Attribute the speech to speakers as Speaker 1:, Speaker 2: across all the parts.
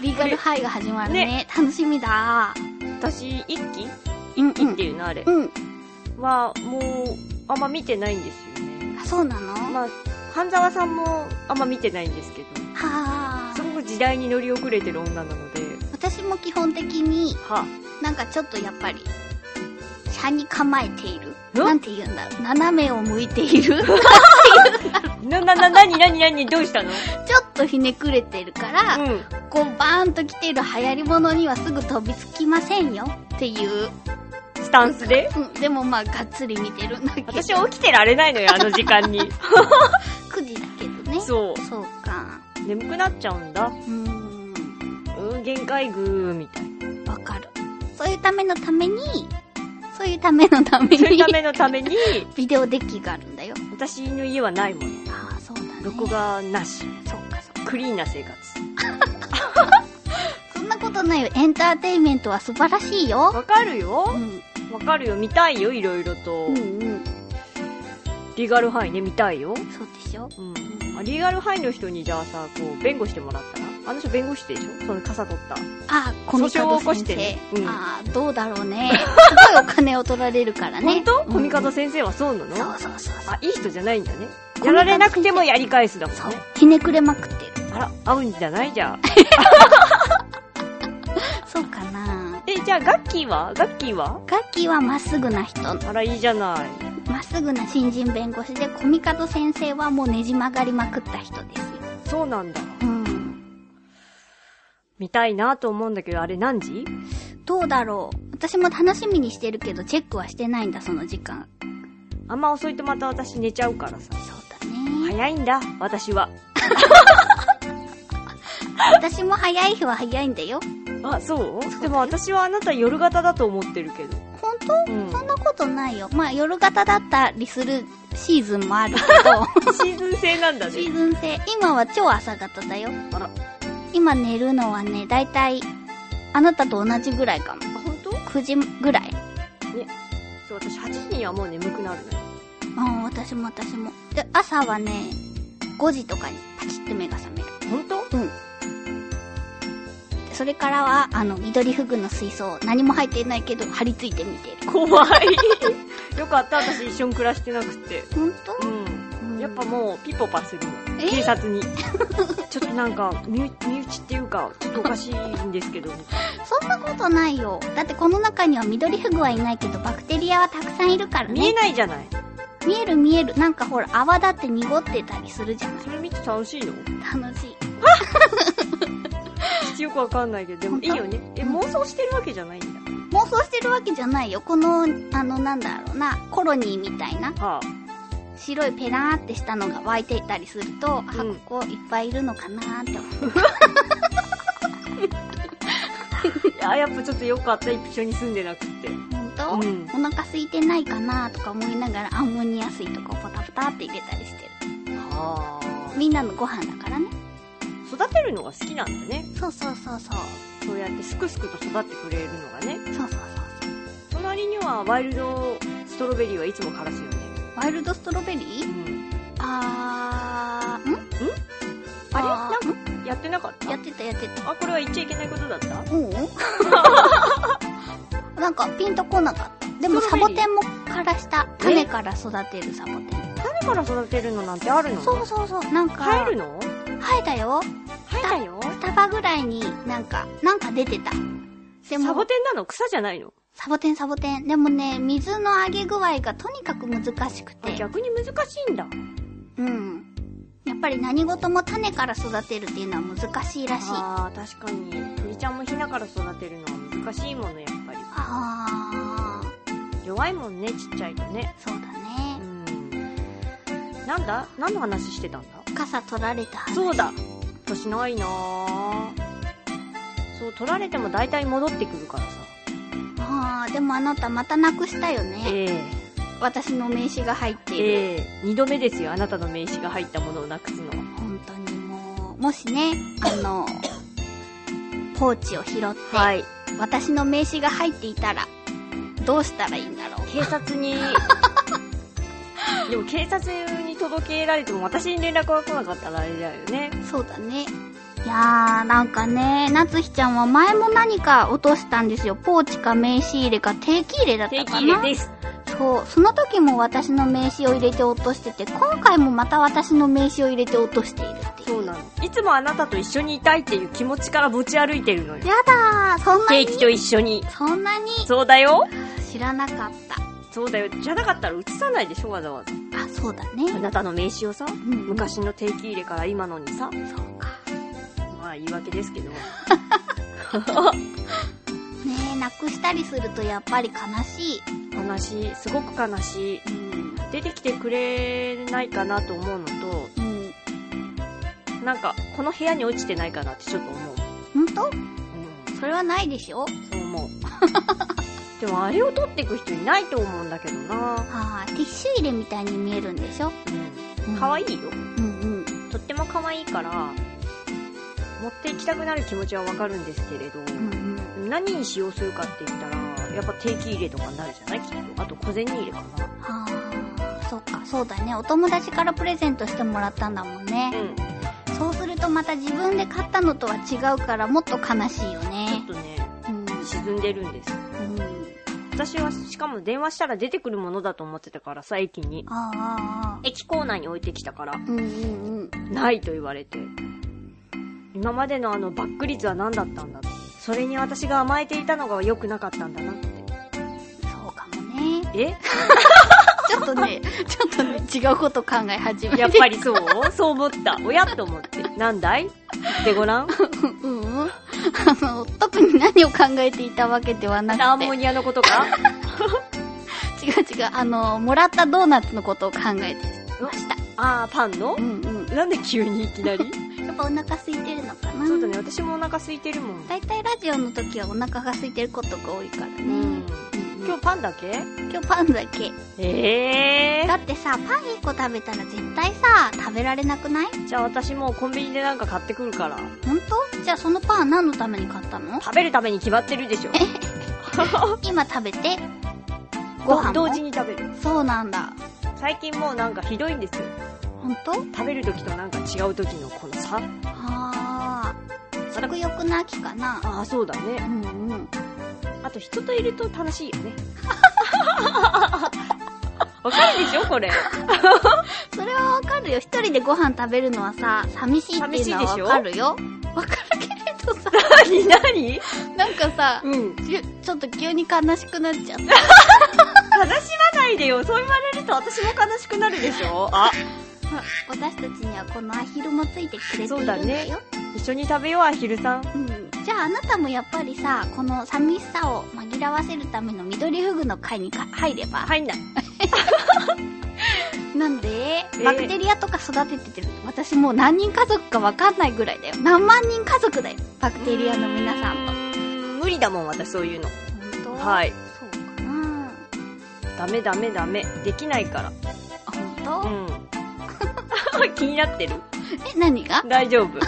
Speaker 1: リーガルハイが始まるね。
Speaker 2: ね
Speaker 1: 楽しみだ。
Speaker 2: 私、一期
Speaker 1: うん、う
Speaker 2: 一期っ
Speaker 1: ん
Speaker 2: て。いうのあれ。
Speaker 1: うん。
Speaker 2: は、もう、あんま見てないんですよね。
Speaker 1: あ、そうなのは
Speaker 2: まあ、半沢さんもあんま見てないんですけど、
Speaker 1: あ
Speaker 2: す。ごく時代に乗り遅れてる女なので、
Speaker 1: 私も基本的に
Speaker 2: は
Speaker 1: なんかちょっとやっぱり、車に構えている。
Speaker 2: ん
Speaker 1: なんて言うんだろう。斜めを向いて いる。ちょ
Speaker 2: な、な、な、なになになにどうしたの
Speaker 1: っとひねくれてるから、
Speaker 2: うん。
Speaker 1: こうバーンと来てる流行り物にはすぐ飛びつきませんよっていう。
Speaker 2: スタンスで
Speaker 1: うん、でもまあがっつり見てるんだけど。
Speaker 2: 私起きてられない のよ、あの時間に。
Speaker 1: 9時だけどね。う。
Speaker 2: そ
Speaker 1: そうか。
Speaker 2: う。眠くなっちゃうんだ。
Speaker 1: うーん。
Speaker 2: うん、限界ぐーみ たいな。
Speaker 1: わかる。そういうためのために、そういうためのため
Speaker 2: そういう
Speaker 1: に
Speaker 2: た、めのために、
Speaker 1: ビデオデッキがあるんだよ。
Speaker 2: 私の家はないもの。
Speaker 1: ああ、そうだね。
Speaker 2: 録画なし。
Speaker 1: そっかそっか。
Speaker 2: クリーンな生活。
Speaker 1: そんなことないよ。エンターテインメントは素晴らしいよ。
Speaker 2: わかる
Speaker 1: う
Speaker 2: よ
Speaker 1: ん。
Speaker 2: わかるよ。見たいよ、いろいろと。
Speaker 1: うんうん。
Speaker 2: リガルハイね、見たいよ。
Speaker 1: そうでしょ
Speaker 2: うん。あリガルハイの人に、じゃあさ、こう、弁護してもらったらあの人弁護士でしょその傘取った。
Speaker 1: ああ、コミカド
Speaker 2: 訴訟を起こ
Speaker 1: 先
Speaker 2: してね
Speaker 1: 生。
Speaker 2: うん
Speaker 1: ああ、どうだろう ね。すごいお金を取られるからね。
Speaker 2: 本当
Speaker 1: うん
Speaker 2: コミカド先生はそうなの
Speaker 1: そうそうそうそう。
Speaker 2: あ、いい人じゃないんだね。
Speaker 1: コミカド先生
Speaker 2: やられなくてもやり返すだもん
Speaker 1: そう
Speaker 2: ね。。
Speaker 1: ひねくれまくってる。
Speaker 2: あら、合うんじゃないじゃあ。
Speaker 1: そうかな。
Speaker 2: え、じゃあ、ガッキーはガッキーは
Speaker 1: ガッキーはまっすぐな人。
Speaker 2: あら、いいじゃない。
Speaker 1: まっすぐな新人弁護士で、コミカド先生はもうねじ曲がりまくった人ですよ。
Speaker 2: そうなんだ。
Speaker 1: うん。
Speaker 2: 見たいなと思うんだけど、あれ何時
Speaker 1: どうだろう。私も楽しみにしてるけど、チェックはしてないんだ、その時間。
Speaker 2: あんま遅いとまた私寝ちゃうからさ。
Speaker 1: そうだね。
Speaker 2: 早いんだ、私は。
Speaker 1: 私も早い日は早いんだよ。
Speaker 2: あ、そうでも私はあなた夜型だと思ってるけど。
Speaker 1: 本当
Speaker 2: うん。
Speaker 1: そんなことないよ。まあ、夜型だったりするシーズンもあるけ
Speaker 2: シーズン制なんだ
Speaker 1: ど、シ
Speaker 2: ね。
Speaker 1: ーズン制。今は超朝型だよ。
Speaker 2: あら、
Speaker 1: 今寝るのはね、だいたい、あなたと同じぐらいかも。
Speaker 2: あ、本当？
Speaker 1: 9時ぐらい。
Speaker 2: そう、私8時にはもう眠くなるのよ。
Speaker 1: うん、私も私も。で、朝はね、5時とかにパチッと目が覚める。
Speaker 2: 本当？
Speaker 1: うん。それからは、あの、緑フグの水槽、何も入ってないけど、張り付いて見てる。
Speaker 2: 怖い。 よかった、私一緒に暮らしてなくて。
Speaker 1: ほん
Speaker 2: う
Speaker 1: と
Speaker 2: ん。やっぱもう、ピポパするの。
Speaker 1: うん、
Speaker 2: 警
Speaker 1: え
Speaker 2: 察に。 ちょっとなんか、身内身内っていうか、ちょっとおかしいんですけど、みたい
Speaker 1: そんなことないよ。だってこの中には緑フグはいないけど、バクテリアはたくさんいるから
Speaker 2: な見
Speaker 1: ね。
Speaker 2: えないじゃない。
Speaker 1: 見える見える。なんかほら、泡立って濁ってたりするじゃな
Speaker 2: それ見て楽しいの
Speaker 1: い。楽しい。
Speaker 2: ちょっとよくわかんないけど、でも
Speaker 1: 本
Speaker 2: い
Speaker 1: 当
Speaker 2: いよね。え、
Speaker 1: うん
Speaker 2: 妄想してるわけじゃないんだ。
Speaker 1: 妄想してるわけじゃないよ。この、あの、なんだろうな、コロニーみたいな、
Speaker 2: はあ、
Speaker 1: 白いペラーってしたのが湧いていたりすると、あ、
Speaker 2: うん
Speaker 1: ここいっぱいいるのかなーって思う
Speaker 2: いや、やっぱちょっとよかった、一緒に住んでなくて。
Speaker 1: 本当、
Speaker 2: うん
Speaker 1: お腹空いてないかなとか思いながらアンモニア水とかをポタポタって入れたりしてる
Speaker 2: はあ。
Speaker 1: みんなのご飯だからね
Speaker 2: 育てるのが好きなんだね。
Speaker 1: そうそうそうそう
Speaker 2: そうやってすくすくと育ってくれるのがね。
Speaker 1: そうそうそう
Speaker 2: 隣にはワイルドストロベリーはいつも枯らすよね。
Speaker 1: ワイルドストロベリ
Speaker 2: う
Speaker 1: ー
Speaker 2: ん。
Speaker 1: あーん
Speaker 2: あれ
Speaker 1: あ
Speaker 2: なん
Speaker 1: ー
Speaker 2: かやってなかった
Speaker 1: やってたやってた
Speaker 2: あ、これは言っちゃいけないことだった
Speaker 1: うん なんかピンとこなかったでも
Speaker 2: ス
Speaker 1: サ
Speaker 2: トロ
Speaker 1: ボ
Speaker 2: ベリー
Speaker 1: テンも枯らした種から育てるサボテン
Speaker 2: 種から育てるのなんてあるの
Speaker 1: そうそうそうなんか
Speaker 2: 生えるの
Speaker 1: 生えたよ
Speaker 2: 生えたよ
Speaker 1: 束ぐらいになんかなんか出てたで
Speaker 2: サボテンなの草じゃないの
Speaker 1: サボテンサボテン。でもね、水のあげ具合がとにかく難しく
Speaker 2: あ
Speaker 1: て。
Speaker 2: 逆に難しいんだ。
Speaker 1: うん。やっぱり何事も種から育てるっていうのは難しいらしい。あ
Speaker 2: ああ、確かに。鳥ちゃんもヒナから育てるのは難しいもの、やっぱり。
Speaker 1: あー、
Speaker 2: 弱いもんね、ちっちゃいとね。
Speaker 1: そうだ
Speaker 2: う
Speaker 1: ね。
Speaker 2: ん。なんだ何の話してたんだ
Speaker 1: 傘取られた話
Speaker 2: そうだ年ないなぁそう取られても大体戻ってくるからさ
Speaker 1: はあでもあなたまたなくしたよね、
Speaker 2: ええ
Speaker 1: 私の名刺が入っている、
Speaker 2: ええ二度目ですよあなたの名刺が入ったものをなくすのは
Speaker 1: 本当にもうもしねあの ポーチを拾って、
Speaker 2: はい
Speaker 1: 私の名刺が入っていたらどうしたらいいんだろう
Speaker 2: 警察 にでも警察に届けられても私に連絡が来なかったらあれだよね
Speaker 1: そうだね。いやー、なんかね、なつひちゃんは前も何か落としたんですよ。ポーチか名刺入れか定期入れだった
Speaker 2: 定期
Speaker 1: か
Speaker 2: 入
Speaker 1: な。
Speaker 2: れです
Speaker 1: そう。その時も私の名刺を入れて落としてて、今回もまた私の名刺を入れて落としているっていう。
Speaker 2: そうなのいつもあなたと一緒にいたいっていう気持ちから持ち歩いてるのよ
Speaker 1: やだー、そんな
Speaker 2: 定
Speaker 1: に。
Speaker 2: 期と一緒に
Speaker 1: そんなに
Speaker 2: そうだよ
Speaker 1: 知らなかっ
Speaker 2: そうだよじゃなかったら映さないでしょわざわざ
Speaker 1: た。あ、そうだ
Speaker 2: あ
Speaker 1: ね。
Speaker 2: なたの名刺をさ
Speaker 1: うん
Speaker 2: 昔の定期入れから今のにさ
Speaker 1: そうか。
Speaker 2: まあ言い訳ですけど
Speaker 1: ねえ、なくしたりするとやっぱり悲しい。
Speaker 2: 悲しいすごく悲しい
Speaker 1: うん。
Speaker 2: 出てきてくれないかなと思うのと
Speaker 1: うん。
Speaker 2: なんかこの部屋に落ちてないかなってちょっと思う、
Speaker 1: ほんと
Speaker 2: う
Speaker 1: それはないでしょ
Speaker 2: ん、そう思う でもあれを取っていく人いないと思うんだけどな
Speaker 1: あー、ティッシュ入れみたいに見えるんでしょ
Speaker 2: うん可愛、
Speaker 1: い
Speaker 2: いよ
Speaker 1: い。うんうん。
Speaker 2: とっても可愛いから持っていきたくなる気持ちはわかるんですけれど、
Speaker 1: うんうん
Speaker 2: 何に使用するかって言ったらやっぱ定期入れとかになるじゃないきっとあと小銭入れかな
Speaker 1: あーそっかそうだねお友達からプレゼントしてもらったんだもんね
Speaker 2: うんち
Speaker 1: そうするとまた自分で買ったのとは違うからもっと悲しいよ
Speaker 2: ょっ
Speaker 1: ね
Speaker 2: とね
Speaker 1: うん
Speaker 2: 沈んでるんです
Speaker 1: うん
Speaker 2: 私はしかも電話したら出てくるものだと思ってたからさ駅に
Speaker 1: あーあーあ
Speaker 2: 駅構内に置いてきたから
Speaker 1: ーうんうんうん
Speaker 2: ないと言われて今までのあのバック率は何だったんだそれに私が甘えていたのが良くなかったんだなって
Speaker 1: そうかもね
Speaker 2: え
Speaker 1: ちょっとねちょっとね違うこと考え始めて
Speaker 2: やっぱりそうそう思ったおやと思ってなんだいでごらん
Speaker 1: うんうんあの特に何を考えていたわけではな
Speaker 2: ハー
Speaker 1: くて違
Speaker 2: モニアのことか
Speaker 1: う違うあのもらったドーナツのことを考えてました
Speaker 2: ああパンの
Speaker 1: うんうん
Speaker 2: なんで急にいきなり
Speaker 1: やっぱお腹空いてるのかな
Speaker 2: そうだね私もお腹空いてるもん
Speaker 1: 大体ラジオの時はお腹が空いてることが多いからね、
Speaker 2: うん
Speaker 1: 今
Speaker 2: 今日パンだけ
Speaker 1: 日今日パンだけ
Speaker 2: ええ
Speaker 1: だってさパン1個食べたら絶対さ食べられなくない
Speaker 2: じゃあ私もうコンビニでなんか買ってくるから
Speaker 1: 本当じゃあそのパン何のために買ったの
Speaker 2: 食べるために決まってるで しょ
Speaker 1: 今食べてご飯も
Speaker 2: 同時に食べる
Speaker 1: そうなんだ
Speaker 2: 最近もうなんかひどいんですよ
Speaker 1: 本当
Speaker 2: 食べる時となんか違う時のこの差
Speaker 1: あー食欲の秋かな
Speaker 2: ああそうだ
Speaker 1: う
Speaker 2: ね
Speaker 1: んうん
Speaker 2: あと人といると楽しい よねわかるでしょこれ
Speaker 1: それはわかるよ一人でご飯食べるのはさ寂しいっていうの
Speaker 2: 寂しいで
Speaker 1: は
Speaker 2: しょ
Speaker 1: わかるよわかるけれど さ
Speaker 2: 何 何
Speaker 1: なんかさ
Speaker 2: うん
Speaker 1: ちょちょっと急に悲しくなっちゃった
Speaker 2: 悲しまないでよそう言われると私も悲しくなるでしょあ
Speaker 1: 私たちにはこのアヒルもついてくれているんだよ。
Speaker 2: そうだね一緒に食べようアヒルさん
Speaker 1: うん、じゃああなたもやっぱりさ、この寂しさを紛らわせるための緑フグの会にか入れば、
Speaker 2: 入んない
Speaker 1: なんで、
Speaker 2: ー
Speaker 1: バクテリアとか育ててる私もう何人家族かわかんないぐらいだよ。何万人家族だよ。バクテリアの皆さんと。
Speaker 2: 無理だもん私そういうの
Speaker 1: 本当
Speaker 2: はい
Speaker 1: そうかな
Speaker 2: ダメダメダメできないか
Speaker 1: あ本
Speaker 2: ら
Speaker 1: 当、
Speaker 2: うん 気になってる
Speaker 1: え、何が
Speaker 2: 大丈 夫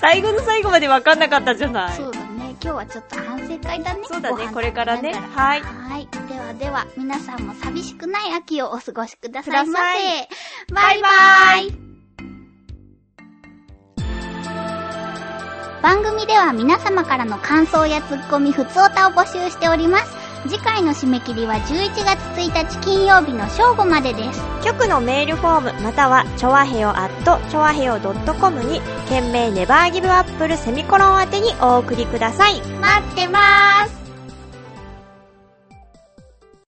Speaker 2: 最後の最後まで分かんなかったじゃない
Speaker 1: そうだね。今日はちょっと反省会だね。
Speaker 2: そうだね
Speaker 1: ご飯食べ
Speaker 2: これからね
Speaker 1: ながら
Speaker 2: はい
Speaker 1: はい。ではでは、皆さんも寂しくない秋をお過ごしください
Speaker 2: く
Speaker 1: ま
Speaker 2: ださい
Speaker 1: せ。バイバイ。番組では皆様からの感想やツッコミ、ふつおたを募集しております。次回の締め切りは11月1日金曜日の正午までです。
Speaker 2: 局のメールフォームまたはチョアヘヨアットチョアヘヨ .com に件名ネバーギブアップルセミコロン宛てにお送りください
Speaker 1: 待ってます。